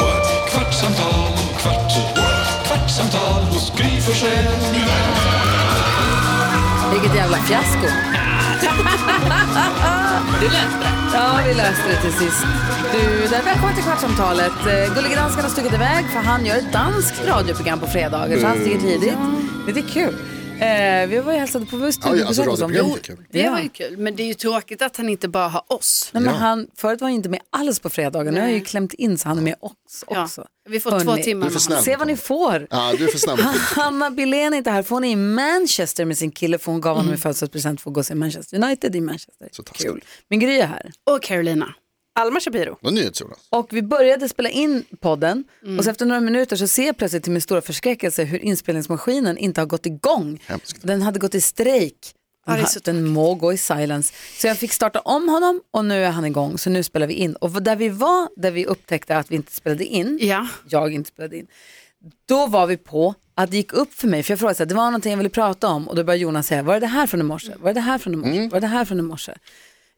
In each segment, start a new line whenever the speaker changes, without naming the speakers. what? kvartsamtal, kvart, what? kvartsamtal hos Gry Forssell med vänner.
Vilket jävla fiasko. Du löste det. Ja, vi löste det till sist. Du, där, välkommen till Kvartsamtalet. Eh, Gullige Dansken har stuckit iväg för han gör ett danskt radioprogram på fredagar så han sticker
Mm.
tidigt. Det är kul. Eh, vi var ju hälsade på vi var
alltså
studiobesök hos honom. Jo,
Det var ju kul, men det är ju tråkigt att han inte bara har oss.
Nej, men han, förut var han inte med alls på fredagar. Nu har jag ju klämt in så han är med oss
Ja.
också.
Vi får
Hörrni,
två timmar
Du får
med
snäll.
honom.
Se vad ni får.
Ja, du är för snabb.
Hanna Billén är inte här, för hon är i Manchester med sin kille för hon gav honom i födelsedagspresent för att gå och se Manchester United i Manchester.
Mm. Så taskigt.
Kul. Men Gry är här.
Och Carolina.
Alma Shapiro.
Någon nyhet Jonas?
Och vi började spela in podden
Mm.
och så efter några minuter så ser jag plötsligt till min stora förskräckelse hur inspelningsmaskinen inte har gått igång.
Hemskt.
Den hade gått i strejk. Den,
det är
ha-
så
den må gå i silence. Så jag fick starta om honom och nu är han igång så nu spelar vi in. Och där vi var, där vi upptäckte att vi inte spelade in,
Ja.
jag inte spelade in, då var vi på att det gick upp för mig, för jag frågade så här, det var någonting jag ville prata om och då började Jonas säga, var det det här från i morse? Var det det här från i
Mm.
morse? Var det det här från i morse?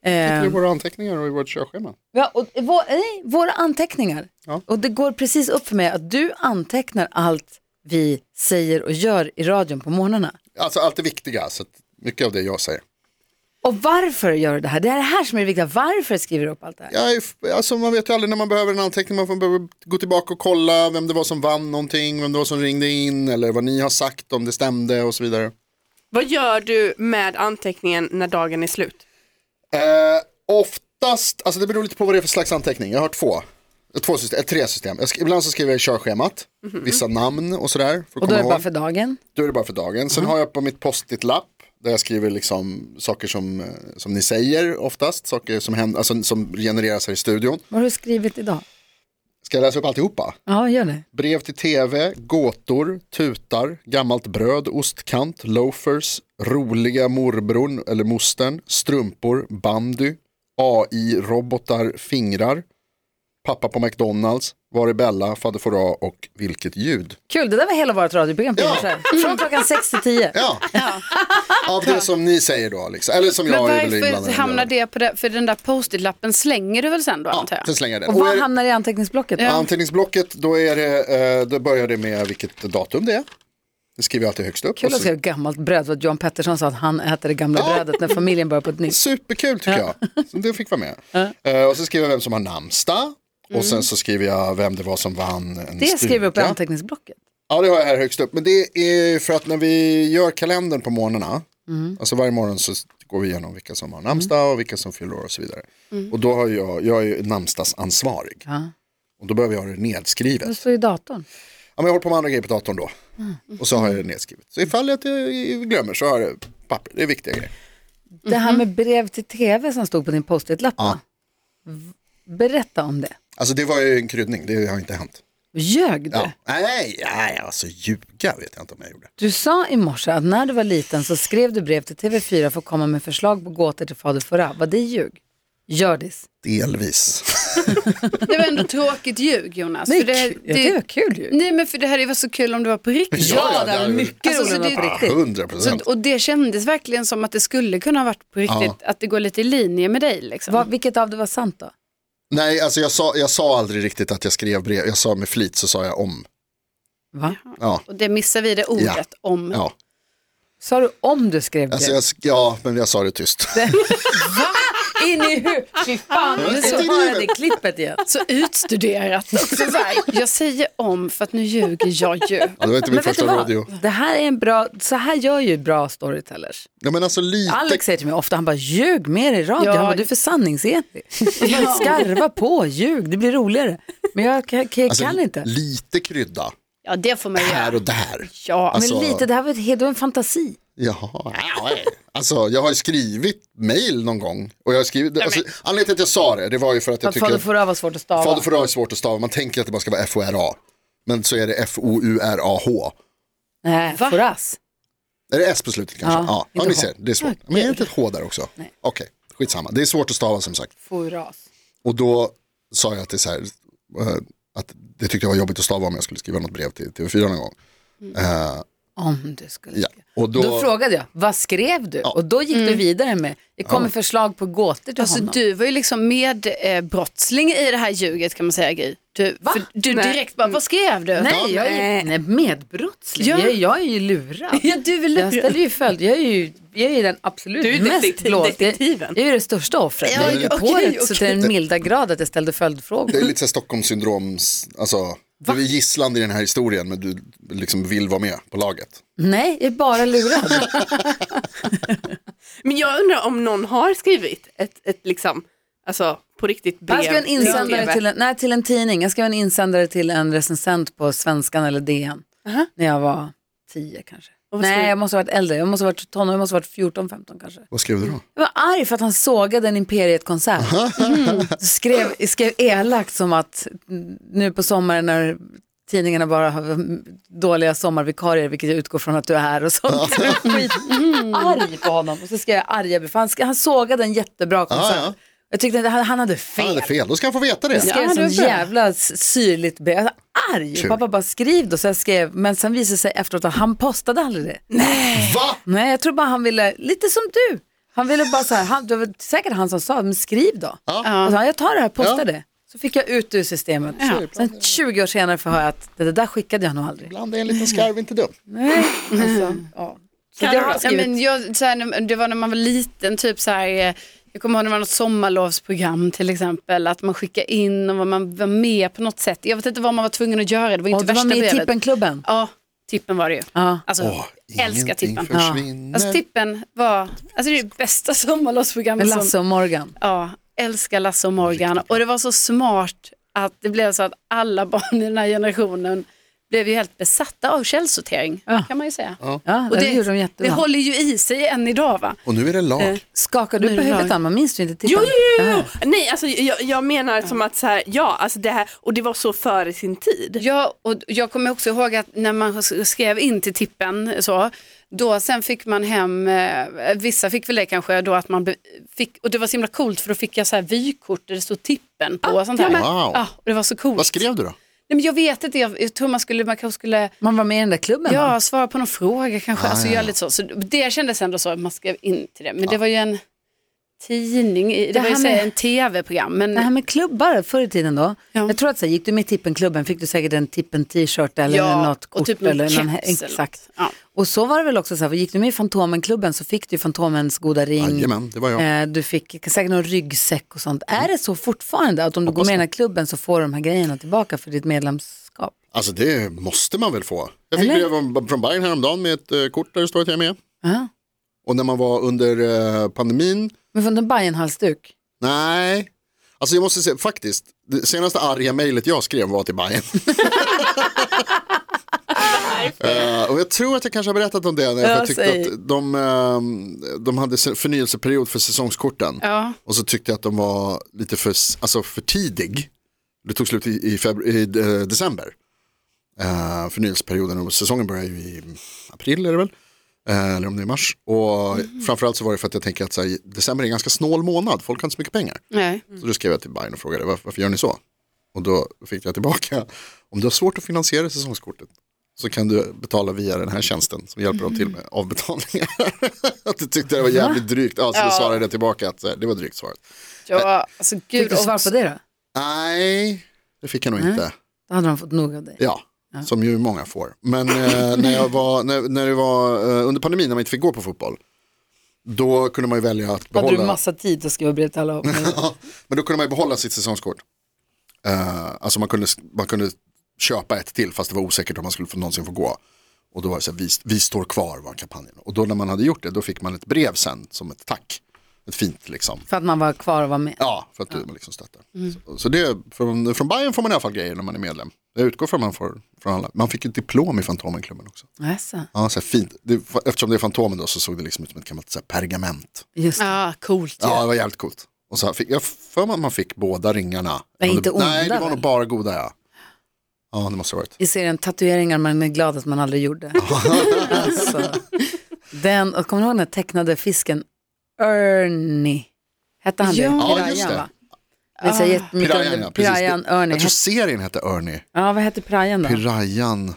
Ehm,
I våra anteckningar och i vårt körschema.
Ja, och vår, nej, våra anteckningar.
Ja.
Och det går precis upp för mig att du antecknar allt vi säger och gör i radion på morgnarna.
Alltså allt det viktiga, så att mycket av det jag säger.
Och varför gör du det här? Det är det här som är det viktiga. Varför skriver du upp allt det här?
Jag är, f- alltså, man vet ju aldrig när man behöver en anteckning, man får behöva gå tillbaka och kolla vem det var som vann någonting, vem det var som ringde in eller vad ni har sagt, om det stämde och så vidare.
Vad gör du med anteckningen när dagen är slut?
Eh, oftast, alltså det beror lite på vad det är för slags anteckning. Jag har två, eh, två system, eh, tre system. Jag sk- ibland så skriver jag i körschemat,
Mhm.
vissa namn och sådär. För att
Och då
komma
är det bara
ihåg.
för dagen.
Då är det bara för dagen. Sen har jag på mitt post-it-lapp där jag skriver liksom saker som, eh, som ni säger oftast, saker som, händer, alltså, som genereras här i studion.
Vad har du skrivit idag?
Ska jag läsa upp alltihopa?
Ja, gör det.
Brev till tv, gåtor, tutar, gammalt bröd, ostkant, loafers, roliga morbrorn eller mostern, strumpor, bandy, AI-robotar, fingrar, pappa på McDonalds, var är Bella, fadder Fouras och vilket ljud.
Kul, det där var hela vårt radioprogram på
Ja.
morse. Från klockan 6 till 10.
Ja, av det som ni säger då, liksom. eller som
Men
jag är väl inblandad
varför
i.
hamnar det på det? För den där post-it-lappen slänger du väl sen då antar jag?
Sen slänger jag den.
Och
Och är
vad
det-
hamnar i anteckningsblocket? då?
Anteckningsblocket, då, är det, eh, då börjar det med vilket datum det är. Det skriver jag alltid högst upp.
Kul
Och
att
så-
skriva gammalt bröd. för att John Pettersson sa att han äter det gamla
Ja.
brödet när familjen börjar på ett nytt.
Superkul tycker jag. Så det fick vara med. Eh, och så skriver jag vem som har namnsdag. Och sen så skriver jag vem det var som vann en
Mm. Det skriver du upp i
stuga.
anteckningsblocket.
Ja, det har jag här högst upp. Men det är för att när vi gör kalendern på morgnarna, alltså varje morgon så går vi igenom vilka som har namnsdag och vilka som fyller år och så vidare. Och då har jag, jag är ju namnsdagsansvarig.
Ja. Mm.
Och då behöver jag ha det nedskrivet.
Det står i datorn.
Ja, men jag håller på med andra grejer på datorn då. Och så har jag det nedskrivet. Så ifall jag eh, glömmer så har jag papper, det är viktiga grejer.
Det här med brev till tv som stod på din post-it-lapp, va? V- berätta om det.
Alltså det var ju en kryddning, det har inte hänt.
Ljög du?
Ja. Nej, nej, alltså ljuga vet jag inte om jag gjorde.
Du sa i morse att när du var liten så skrev du brev till TV4 för att komma med förslag på gåtor till fader Fouras. Var det ljug? Gördis.
Delvis.
Det var ändå tråkigt ljug Jonas.
Nej,
Alltså, för det,
det, det var kul ju.
nej men för det hade varit så kul om det var på riktigt.
Ja, ja, det
det var
hade-
mycket
Alltså, så
roligare än
det-
på riktigt.
Hundra
Så,
procent.
och det kändes verkligen som att det skulle kunna ha varit på riktigt, att det går lite i linje med dig liksom.
Vad- vilket av det var sant då?
Nej, alltså jag sa, jag sa aldrig riktigt att jag skrev brev. Jag sa med flit så sa jag om.
Va?
Ja,
Och det missar vi det ordet om.
ja.
Sa du om du skrev brev?
Alltså jag, sk- ja men jag sa det tyst.
In i huvudet! Fy fan, nu
Inte
så
i
har jag
huvudet.
det klippet igen.
Så utstuderat. Så här, jag säger om för att nu ljuger jag ju.
Ja, det var inte
Men vet
min
du
första radio.
vad? Det här är en bra, så här gör ju bra storytellers.
Ja, men alltså lite.
Alex säger till mig ofta, han bara ljug mer i radio,
Ja.
han bara, du är för sanningsenlig. Skarva på, ljug, det blir roligare. Men jag kan, kan,
alltså,
kan inte.
Lite krydda.
Ja, det får man ju
Här
göra.
och där.
Ja,
Alltså-
Men lite, det här var, ett, helt- det var en fantasi.
Jaha, nej. alltså jag har ju skrivit mail någon gång. Och jag har skrivit, alltså, anledningen till att jag sa det, det var ju för att jag
Att Fader
tycker
Fouras var svårt att
att
stava.
fader för är svårt att stava. Man tänker att det bara ska vara FORA. Men så är det F-O-U-R-A-H.
Nej,
Va?
Foras.
Är det S på slutet kanske?
Ja,
Ja, ja.
inte
ni
H.
ser, det är svårt. Men är det inte ett H där också? Okej, skitsamma. Det är svårt att stava som sagt.
Foras.
Och då sa jag att det, är så här, eh, att det tyckte jag var jobbigt att stava om jag skulle skriva något brev till TV4 någon gång. Eh,
Om du skulle
ja.
skriva. Mm.
Och
Då,
då,
frågade jag, vad skrev du? Och då gick du vidare med, det kommer förslag på gåtor till
Alltså
honom.
du var ju liksom medbrottsling i det här ljuget kan man säga Gry. Du, för du
Nej.
direkt bara, vad skrev du?
Nej, jag är nej, medbrottsling.
Ja.
Jag, jag är ju lurad.
Ja, du vill
Jag ställer ju följd. Jag är ju, jag är ju den absolut
Du är ju
mest
detektiv-
blåsta.
detektiven.
Jag, jag är ju det största offret.
Ja,
jag gick
okej,
på det så
okej.
till den milda grad att jag ställde följdfrågor.
det är lite så här Stockholmssyndrom, alltså du är gisslan i den här historien men du liksom vill vara med på laget.
Nej, jag är bara lurad.
Men jag undrar om någon har skrivit ett, ett liksom, alltså på riktigt brev.
Jag skrev en insändare
brev.
till en, nej, till en tidning. Jag skrev en insändare till en recensent på Svenskan eller DN.
Aha.
När jag var tio kanske.
Och vad skrev
Nej,
du?
jag måste ha varit äldre. Jag måste ha varit tonåring. Jag måste ha varit 14, 15 kanske.
Vad skrev du då?
Jag var arg för att han sågade en Imperiet-konsert. Mm. Så Skrev, skrev elakt som att mm, nu på sommaren när tidningarna bara har mm, dåliga sommarvikarier, vilket jag utgår från att du är och sånt. Skit arg på honom. Och så skrev jag arga brev, för han, sk- han sågade en jättebra konsert.
ja.
Jag tyckte att han, han hade fel.
Han hade Ah, fel, då ska han få veta
Jag
det.
skrev
Ja, det
sån
var bra.
jävla s- syrligt brev. Jag var arg.
Kul.
Pappa bara skriv då. Så jag skrev, men sen visade det sig efteråt att han postade aldrig det.
Va?
Nej, jag tror bara han ville, lite som du. Han ville bara så här, han, det var säkert han som sa, men skriv då. Och så, jag tar det här, posta
Ja.
det. Så fick jag ut det ur systemet. Sen 20 år senare får jag höra att det där skickade jag nog aldrig.
Ibland är en liten skarv inte dum.
Alltså, ja. Så jag har
Ja,
skrivit,
men jag, så här, när- det var när man var liten, typ så här, eh, jag kommer ihåg när det var något sommarlovsprogram till exempel, att man skickade in och vad man var med på något sätt. Jag vet inte vad man var tvungen att göra, det var ju
och
inte
du var
värsta
med i
brevet.
Tippenklubben.
Ja, tippen var det ju.
Ja.
Alltså, älskar tippen.
Ja.
försvinner.
Alltså tippen var, alltså det är det bästa
Med
sommarlovsprogrammet som,
Lasse och Morgan.
ja, älskar Lasse och Morgan. Och det var så smart att det blev så att alla barn i den här generationen blev ju helt besatta av källsortering,
Ja.
kan man ju säga.
Ja,
Och
det, gjorde de
det
jättebra.
håller ju i sig än idag va?
Och nu är det
Eh.
lag.
Skakar du på huvudet Alma? Minns du inte
Jo,
Tippen?
jo, jo,
Ja.
jo. Nej, alltså jag, jag menar som att så här, ja, alltså det här, och det var så före sin tid.
Ja, och jag kommer också ihåg att när man skrev in till tippen så, då sen fick man hem, eh, vissa fick väl det kanske då att man be- fick, och det var så himla coolt för då fick jag så här vykort där det stod tippen
Ah,
på och sånt här.
men- Wow.
Ja, och det var så coolt.
Vad skrev du då?
Nej, men jag vet inte, jag, jag tror man skulle, man kanske skulle
Man var med i den där klubben va? Ah,
ja, svara på någon fråga kanske, alltså göra lite så. så. Det kändes ändå så att man skrev in till det, men det var ju en tidning, i- det,
Det
var ju
här
så här
med-
en tv-program. Men,
Det här med klubbar förr i tiden då.
Ja.
Jag tror att så här, gick du med i Tippenklubben fick du säkert en Tippen-t-shirt eller något kort.
och typ någon
eller någon,
keps eller
exakt.
något. Ja.
Och så var det väl också så här, för gick du med i Fantomenklubben så fick du Fantomens goda ring.
Jajamän, det var jag.
Eh, Du fick säkert någon ryggsäck och sånt. Är det så fortfarande att om du går med i den här klubben så får du de här grejerna tillbaka för ditt medlemskap?
Alltså det måste man väl få. Jag fick
Eller?
brev om- från Bayern häromdagen med ett eh, kort där det står att jag är med.
Ja.
Och när man var under eh, pandemin,
Men från en Bajenhalsduk?
nej. Alltså jag måste säga, faktiskt, det senaste arga mejlet jag skrev var till Bayern. Eh, och jag tror att jag kanske har berättat om det när jag,
Ja,
jag tyckte
säg.
att de, ehm, de hade se- förnyelseperiod för säsongskorten.
Ja.
Och så tyckte jag att de var lite för, s- alltså för tidig. Det tog slut i, i, febru- i eh, december. Uh, förnyelseperioden och säsongen börjar ju i april är det väl? Eh, eller om det är mars. Och framförallt så var det för att jag tänker att så här, december är en ganska snål månad. Folk har inte så mycket pengar.
Nej.
Så då skrev jag till Bayern och frågade varför, varför gör ni så? Och då fick jag tillbaka, om du har svårt att finansiera säsongskortet så kan du betala via den här tjänsten som hjälper dem till med avbetalningar. att du tyckte det var jävligt drygt, ja, så då svarade jag tillbaka att så här, det var drygt svaret.
Ja, alltså gud.
Fick du svar på det då?
Nej, det fick jag nog inte.
Då hade de fått nog av dig.
Ja, som ju många får. Men eh, när, jag var, när, när det var eh, under pandemin när man inte fick gå på fotboll, då kunde man ju välja att behålla.
Hade du massa tid att skriva brev till alla?
Ja, men då kunde man ju behålla sitt säsongskort. Eh, alltså man kunde, man kunde köpa ett till fast det var osäkert om man skulle få, någonsin få gå. Och då var det så här, vi, vi står kvar var kampanjen. Och då när man hade gjort det, då fick man ett brev sen som ett tack. Ett fint liksom.
För att man var kvar och var med? Mm.
Ja, för att du liksom stöttar. Så, så det, från, från Bayern får man i alla fall grejer när man är medlem. Jag utgår från att man får från alla. Man fick ju ett diplom i Fantomenklubben också.
Alltså,
Ja, så här fint. Det, eftersom det är Fantomen då så såg det liksom ut som ett gammalt så här, pergament.
just det.
Ja, coolt.
Ja, det var jävligt coolt. Och så här fick, jag har för mig att man fick båda ringarna.
Men
Om
inte
det, Nej,
onda,
det var nog
väl?
bara goda ja. Ja, det måste ha varit.
i serien Tatueringar man är glad att man aldrig gjorde. alltså, den, och kommer du ihåg den här tecknade fisken Ernie? Hette han
Ja.
det?
Ja,
Pirayan,
just det. Ah.
va? Det säger jättemycket om
Pirayan, ja,
det.
precis.
Pirayan, Ernie.
Jag tror
Hette-
serien hette Ernie.
Ja, vad hette Pirayan då?
Pirayan.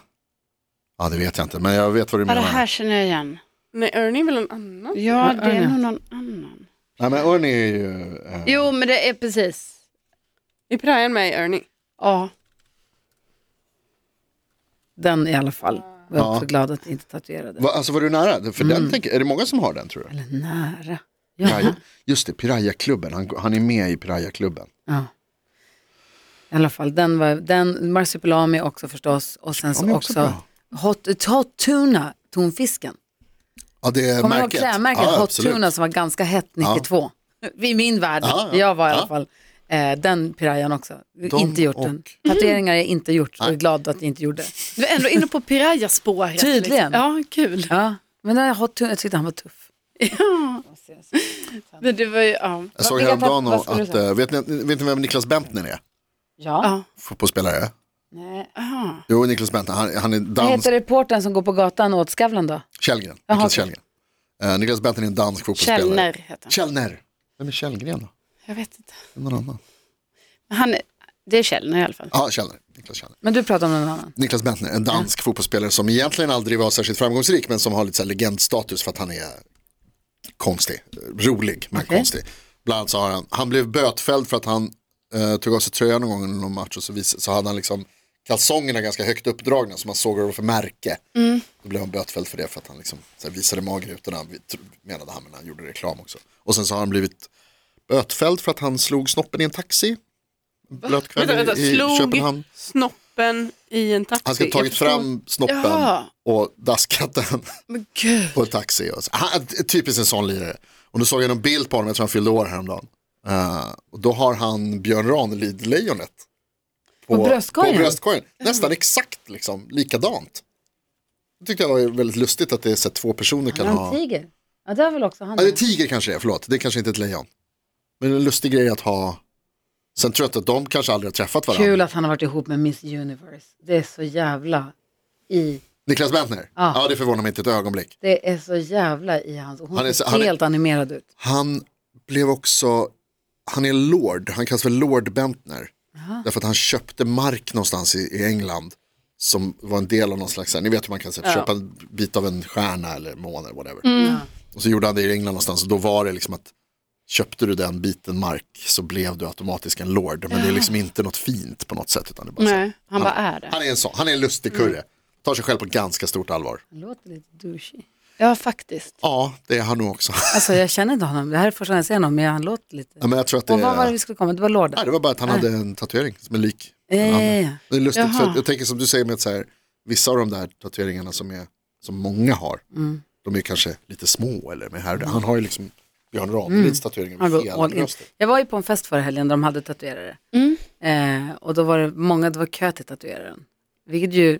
Ja, det vet jag inte, men jag vet vad du
Ja, det
menar.
här känner jag igen.
Nej, Ernie är väl en annan?
Ja, det är
Anja.
nog någon annan.
Nej, men Ernie är ju... eh,
Jo, men det är precis.
Är Brian med i Ernie?
Ja.
Den i alla fall. Jag är
Ja.
också glad att jag inte tatuerade.
Va, alltså var du nära? För den tänker, är det många som har den tror du?
Mm. Eller nära.
Piraya. Just det, Piraya-klubben. Han, han är med i Piraya-klubben.
Ja. I alla fall, den var, den, marsupilami också förstås. Och sen så
Ja, men också
också hot, hot tuna, tonfisken.
Ja, det är
Kommer du ihåg
märket.
klädmärket
ja,
Hot
absolut.
Tuna som var ganska hett 92? I min värld,
Ja, ja.
jag var i alla
Ja.
fall. Eh, den pirayan också,
De
inte gjort den. Tatueringar är inte gjort, och jag är glad att jag inte gjorde.
Du är ändå inne på Piraya-spåret.
Tydligen.
liksom. Ja, kul.
Ja. Men den här Hot Tuna, jag tyckte han var tuff.
Men det var ju, ja.
Jag såg
vilka
häromdagen
tapp- vad skulle
att,
du
eh, vet ni, vet ni vem Niklas Bentner är?
Ja.
ja.
Fotbollsspelare?
Nej.
Jo, Niklas Bentner, han, han är
Vad
dansk.
heter reportern som går på gatan åt Skavlan då?
Källgren.
Jaha,
Niklas
okej.
Källgren. Eh, Niklas Bentner är en dansk fotbollsspelare.
Källner heter han.
Källner. Vem är Källgren då?
Jag vet inte.
Det är Någon annan?
Han, är- det är Källner i alla fall.
Ja, Källner. Niklas Källner.
Men du pratar om någon annan.
Niklas Bentner, en dansk fotbollsspelare som egentligen aldrig var särskilt framgångsrik men som har lite så här legendstatus för att han är konstig, rolig men
Okej.
konstig. Bland annat så har han, han blev bötfälld för att han eh, tog av sig tröjan någon gång under någon match och så, vis, så hade han liksom kalsongerna ganska högt uppdragna som man såg vad det var för märke.
Mm.
Då blev han bötfälld för det för att han liksom, så här, visade magrutorna, vi- tro- menade han, men han gjorde reklam också. Och sen så har han blivit bötfälld för att han slog snoppen i en taxi. Blöt kväll
Vänta, vänta,
i, i
slog-
Köpenhamn.
Snoppen i en taxi.
Han ska ha tagit
Jag förstår-
fram snoppen
Jaha.
och daskat den
Men gud.
på en taxi. Och så. Han, typiskt en sån lirare. Och nu såg jag en bild på honom, jag tror han fyllde år häromdagen. Eh, och då har han Björn Ranelid-lejonet.
På bröstkorgen?
På bröstkorgen. Nästan exakt liksom, likadant. Det tyckte jag var väldigt lustigt att det är så att två personer kan
Han
ha.
har en tiger. Ja, det har väl också han.
Ja, det är tiger kanske det är, förlåt. Det är kanske inte ett lejon. Men en lustig grej att ha. Sen tror jag att de kanske aldrig har träffat varandra.
Kul att han har varit ihop med Miss Universe. Det är så jävla i,
Niklas Bentner?
Ja.
Ja, det förvånar mig inte ett ögonblick.
det är så jävla i hans, hon
Han är så-
ser
han är-
helt animerad ut.
Han blev också, han är lord, han kallas för Lord Bentner. Därför att han köpte mark någonstans i, i England. Som var en del av någon slags, ni vet hur man kan så här, köpa en bit av en stjärna eller måne eller whatever.
Mm.
Och så gjorde han det i England någonstans och då var det liksom att köpte du den biten mark så blev du automatiskt en lord. Men det är liksom inte något fint på något sätt. Utan det är bara så här,
Nej, han bara är det.
han är en sån, han är en lustig
Mm.
kurre. Tar sig själv på ganska stort allvar.
Han låter lite douchey.
Ja, faktiskt.
Ja, det är han nog också.
Alltså jag känner inte honom, det här är första gången jag ser honom, men han låter lite...
Ja, men jag tror att det
Och vad
är-
var det vi Ah. skulle komma? Det var låda.
Nej, det var bara att han hade en tatuering som är lik.
Ja,
en
ja,
annan.
ja.
Det är lustigt, för
Jaha.
att jag tänker som du säger med att så här, vissa av de där tatueringarna som, är, som många har,
Mm.
de är kanske lite små eller med här och där. Han har ju liksom Björn Ranelids tatueringar
Mm. Han
med
går
hela
all in.
bröstet.
Jag var ju på en fest förra helgen där de hade tatuerare. Eh, och då var det många, det var kö till tatueraren. Vilket ju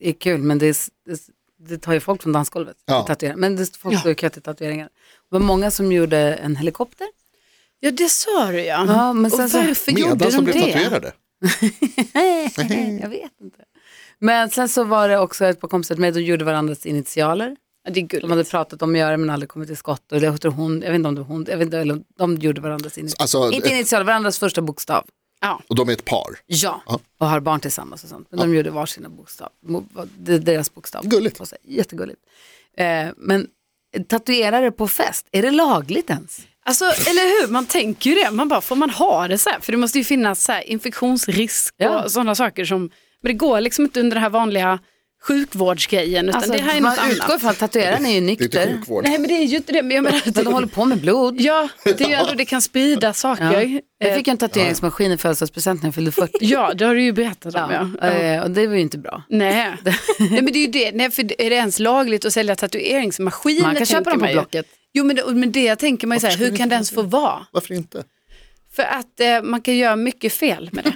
är kul, men det, är, s- det, s- det tar ju folk från dansgolvet.
Ja.
till tatueringar. Men det, är folk står i kö till tatueringar. Det var många som gjorde en helikopter.
Ja, det sa du ja.
Ja, men sen
och
så-
varför gjorde
Medan
de
de blev
det?
tatuerade.
jag vet inte. Men sen så var det också ett par kompisar till mig, de gjorde varandras initialer.
Ja, det är
De hade
gulligt.
pratat om att göra det men aldrig kommit till skott. Och jag, tror hon, jag vet inte om det var hon, jag vet inte, eller de gjorde varandras initialer.
Alltså,
inte
ett-
initialer, varandras första bokstav.
Ja.
Och de är ett par.
Ja,
Ja.
och har barn tillsammans och sånt. Men de gjorde varsin bokstav, mo- vad- det är deras bokstav.
Gulligt.
Och så, jättegulligt. Eh, men tatuerare på fest, är det lagligt ens?
Alltså, eller hur, man tänker ju det. Man bara, får man ha det så här? För det måste ju finnas så här infektionsrisk
Ja.
och sådana saker som, men det går liksom inte under den här vanliga sjukvårdsgrejen. Utan det här är
Alltså, man
något annat.
utgår från att tatueraren är ju
Det är inte
nykter.
sjukvård.
Nej, men det är ju inte det. Men jag menar,
Men de håller på med blod.
Ja, det är ju ändå, det kan sprida
Ja.
saker.
Jag
Eh,
fick ju en tatueringsmaskin i födelsedagspresent när jag fyllde 40.
Ja, det har du ju berättat om. Ja.
Ja, eh, Och det var ju inte bra.
Nej. Nej, men det är ju det. Nej, för är det ens lagligt att sälja tatueringsmaskiner?
Man kan köpa
tänker
dem på
man ju.
Blocket.
Jo, men det, men det tänker man ju så här,
skulle
hur kan det ens få vara?
Varför inte?
För att eh, man kan göra mycket fel med det.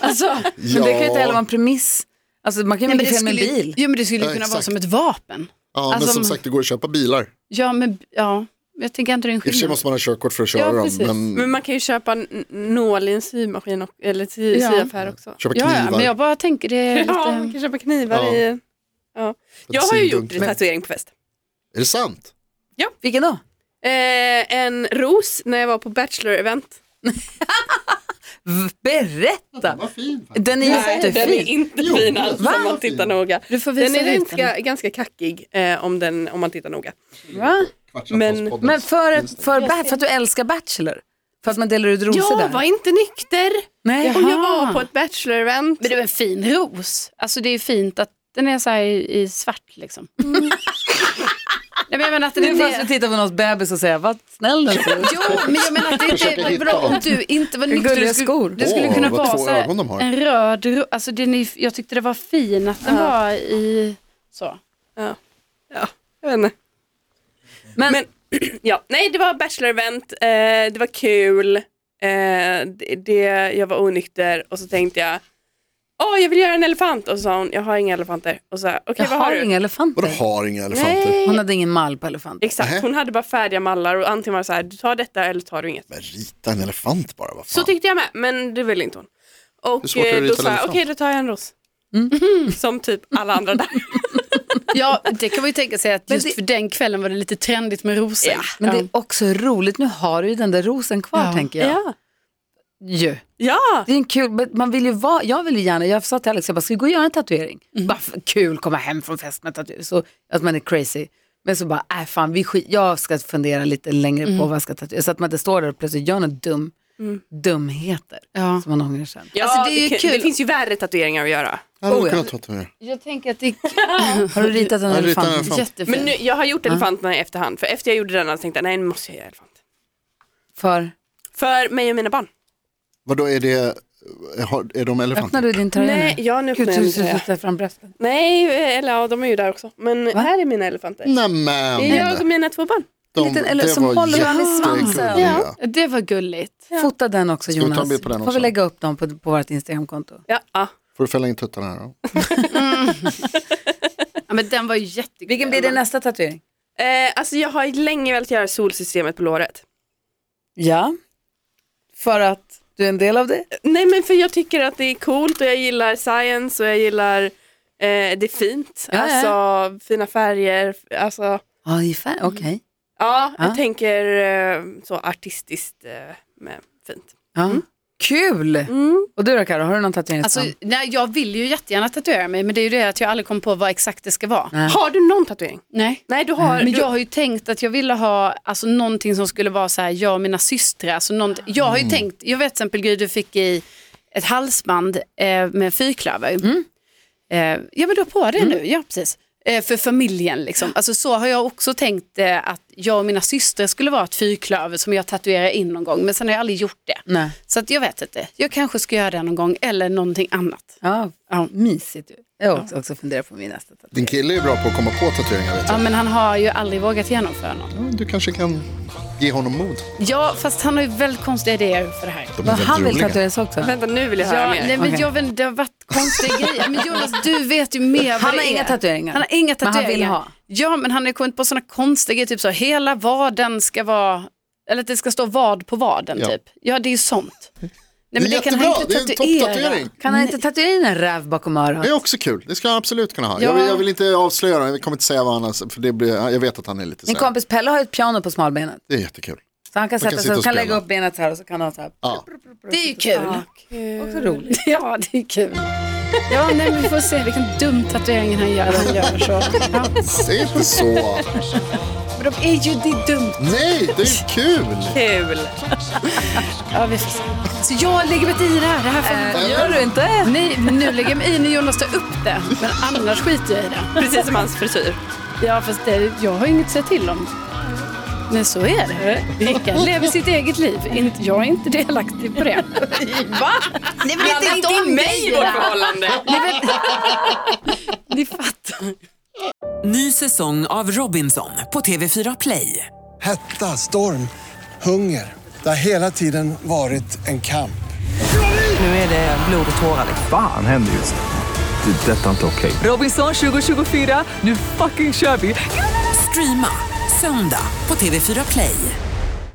alltså,
Men det kan ju
Ja.
inte heller vara en premiss. Alltså man kan ju
nej, men
göra
det
fel med
skulle,
en bil.
Jo, men det skulle
Ja,
kunna vara
exakt.
som ett vapen.
Ja, men
Alltså,
som sagt, det går att köpa bilar.
Ja, men, ja. Jag tänker inte det är en
I och för sig
skillnad.
måste man ha körkort för att köra
Ja,
dem.
precis.
Men,
Mm.
Men man kan ju köpa n- nål i en symaskin och, eller sy,
Ja.
syaffär också.
köpa
Ja,
knivar.
ja, men jag bara tänker det är
Ja, man
lite...
kan köpa knivar
Ja.
i... Ja. Jag har ju gjort en
Men-
tatuering på fest.
Är det sant?
Vilken då?
Eh, en ros när jag var på Bachelor-event.
V- Berätta!
Vad fin.
Den är
den är
jättefin.
inte
Jo,
fin
den
alls
var
om man
fin.
tittar noga.
Du får visa
Den är
hit den.
ganska, ganska kackig eh, om, den, om man tittar noga.
Va?
Kvartsamtalspodden.
Men för, för, ba- för att du älskar Bachelor? För att man delar ut rosor där?
Jag var inte nykter
Nej.
och jag
Jaha.
var på ett Bachelor-event.
Men det är en fin ros. Alltså det är ju fint att den är så här i, i svart liksom. Nej, men jag menar att den
Mm. Det är fast
inte
vi tittar på någons bebis och säger vad snäll den ser ut.
Jo, men jag menar att det inte
försöker
är bra
hitta
om
dem.
du inte var nykter.
Gulliga
Det skulle-
skor.
Det skulle
Åh,
kunna
vad
vara
två
så här,
ögon de har.
en röd ro- alltså den är, Jag tyckte det var fin att den var i så.
Jag vet inte.
Men,
Men- Ja, nej det var bachelor-event, eh, det var kul, eh, det, det, jag var onykter och så tänkte jag, åh jag vill göra en elefant och så sa hon, jag har inga elefanter. Och så sa jag, okej
jag
vad har
har
du?
inga elefanter.
Vadå har inga elefanter?
Hon hade ingen mall på elefanter.
Exakt,
Nähä.
hon hade bara färdiga mallar och antingen var det så här, du tar detta eller tar du inget.
Men rita en elefant bara, vad
Så
fan.
tyckte jag med, men det ville inte hon.
Hur
Och
svårt är det
eh,
att
då
rita en
sa jag,
elefant?
okej då tar jag en ros. Som typ alla andra där.
Ja, det kan man ju tänka sig att
Men
just
det-
för den kvällen var det lite trendigt med rosor.
Ja.
Men det är också roligt, nu har du ju den där rosen kvar
Ja.
tänker jag. Ju.
ja.
Det är en kul, men man vill ju vara, jag vill ju gärna, jag sa till Alex, jag bara, ska vi gå och göra en tatuering? Bara för, kul, komma hem från fest med tatuering, så att man är crazy. Men så bara, äh fan, vi skit, jag ska fundera lite längre på vad jag ska tatuera, så att man inte står där och plötsligt gör något dum, dumheter
Ja.
som man ångrar sen.
ja
Alltså, det är ju
kan-
kul.
det finns ju värre tatueringar att göra.
Hade
Oh,
hon
ja.
kunnat tatuera?
Jag tänker att det är
Har du ritat en
Jag ritar
elefant?
en elefant.
jättefint.
Men nu, jag har gjort elefanterna i efterhand, för efter jag gjorde denna tänkte jag, nej nu måste jag göra elefant.
För,
För mig och mina barn.
Vadå är det, har- är de elefanter?
öppnar du din tröja
Nej,
nu?
ja, nu
Gud,
öppnar jag
du
min tröja.
sätter fram brösten.
Nej, eh, eller ja, de är ju där också. Men här är mina elefanter.
Nämen!
Det är jag och mina två barn.
De,
Liten ele-
det
som
var
håller varandra i svansen.
jättegulliga.
Ja, det var gulligt.
Fota den också
vi ta en
Jonas.
bild på den
Får
också?
vi lägga upp dem på, på vårt Instagramkonto?
Ja, ja.
Får du fälla in tuttarna här då?
Ja, men den var ju jättegullig.
Vilken blir det nästa tatuering?
Eh, alltså jag har länge velat göra solsystemet på låret.
Ja, för att du är en del av det.
Nej men för jag tycker att det är coolt och jag gillar science och jag gillar eh, det är fint.
Ja, ja.
alltså fina färger. Alltså,
Ja, i färg, okej.
ja,
Ja.
jag tänker eh, så artistiskt eh, med fint.
Ja. Kul! Och du då Karo, har du någon tatuering?
Alltså, nej, jag vill ju jättegärna tatuera mig men det är ju det att jag aldrig kom på vad exakt det ska vara.
Ja.
Har du någon tatuering?
Nej. Mm.
Nej du har,
Men
du,
jag har ju tänkt att jag ville ha alltså, någonting som skulle vara så här, jag och mina systrar. Alltså, någont- jag har ju tänkt, jag vet till exempel Gry, du fick i ett halsband eh, med fyrklöver.
Mm.
Eh, ja men du har på det nu, ja precis. Eh, för familjen liksom. Alltså, så har jag också tänkt eh, att jag och mina systrar skulle vara ett fyrklöver som jag tatuerar in någon gång. Men sen har jag aldrig gjort det.
Nej.
Så att jag vet inte, jag kanske ska göra det någon gång eller någonting annat.
Ja,
Ja.
mysigt ju. Jag har också, också funderat på min nästa tatuering.
Din kille är bra på att komma på tatueringar vet
Ja,
jag.
men han har ju aldrig vågat genomföra något.
Ja, Du kanske kan ge honom mod.
Ja, fast han har ju väldigt konstiga idéer för det här.
De är
Men han
väldigt
vill
roliga.
tatueras också?
vänta nu vill jag höra
Ja,
mer.
nej, men
Okej.
jag vet, inte, det har varit konstiga grejer. Men Jonas, du vet ju mer vad
Han har
det
inga
är.
tatueringar.
Han har inga
Men han
tatueringar.
vill ha.
Ja, men han har ju kommit på sådana konstiga grejer, typ så hela vaden ska vara, eller att det ska stå vad på vaden
Ja.
typ. Ja, det är ju sånt. Nej, men
Det är jättebra, det är en topptatuering.
Kan han inte tatuera in en räv bakom örat?
Det är också kul, det ska han absolut kunna ha.
Ja.
Jag, vill, jag vill inte avslöja, jag kommer inte säga vad han har, för det blir, jag vet att han är lite så
Min
här.
kompis Pelle har ju ett piano på smalbenet.
Det är jättekul.
Så han kan sätta
sitta
sig och
och
kan
spela.
lägga upp benet så här och så kan han så här.
Ja.
Det är ju kul.
Också roligt.
Ja, det är kul. Ja, nej, men vi får se vilken dum tatuering han gör. Han gör så. Ja.
Säg inte så.
Men de är ju, det är dumt.
Nej, det är kul.
Kul!
Ja, vi får se. Så jag lägger mig inte i det här. Det här får...
Gör du inte?
Nej, nu lägger jag mig i när Jonas tar upp det. Men annars skiter jag i det.
Precis som hans frisyr.
Ja, fast det, jag har inget att säga till om. Men så är det. Rickard lever sitt eget liv. Inte- Jag är inte delaktig på det.
Va?
Ni
Blanda inte in mig i vårt förhållande.
Ni fattar.
Ny säsong av Robinson på TV4 Play.
Hetta, storm, hunger. Det har hela tiden varit en kamp.
Nu är det blod och tårar. liksom.
Fan händer just det. Det är detta inte okej.
Robinson 2024, nu fucking kör vi! Streama Söndag på TV4 Play.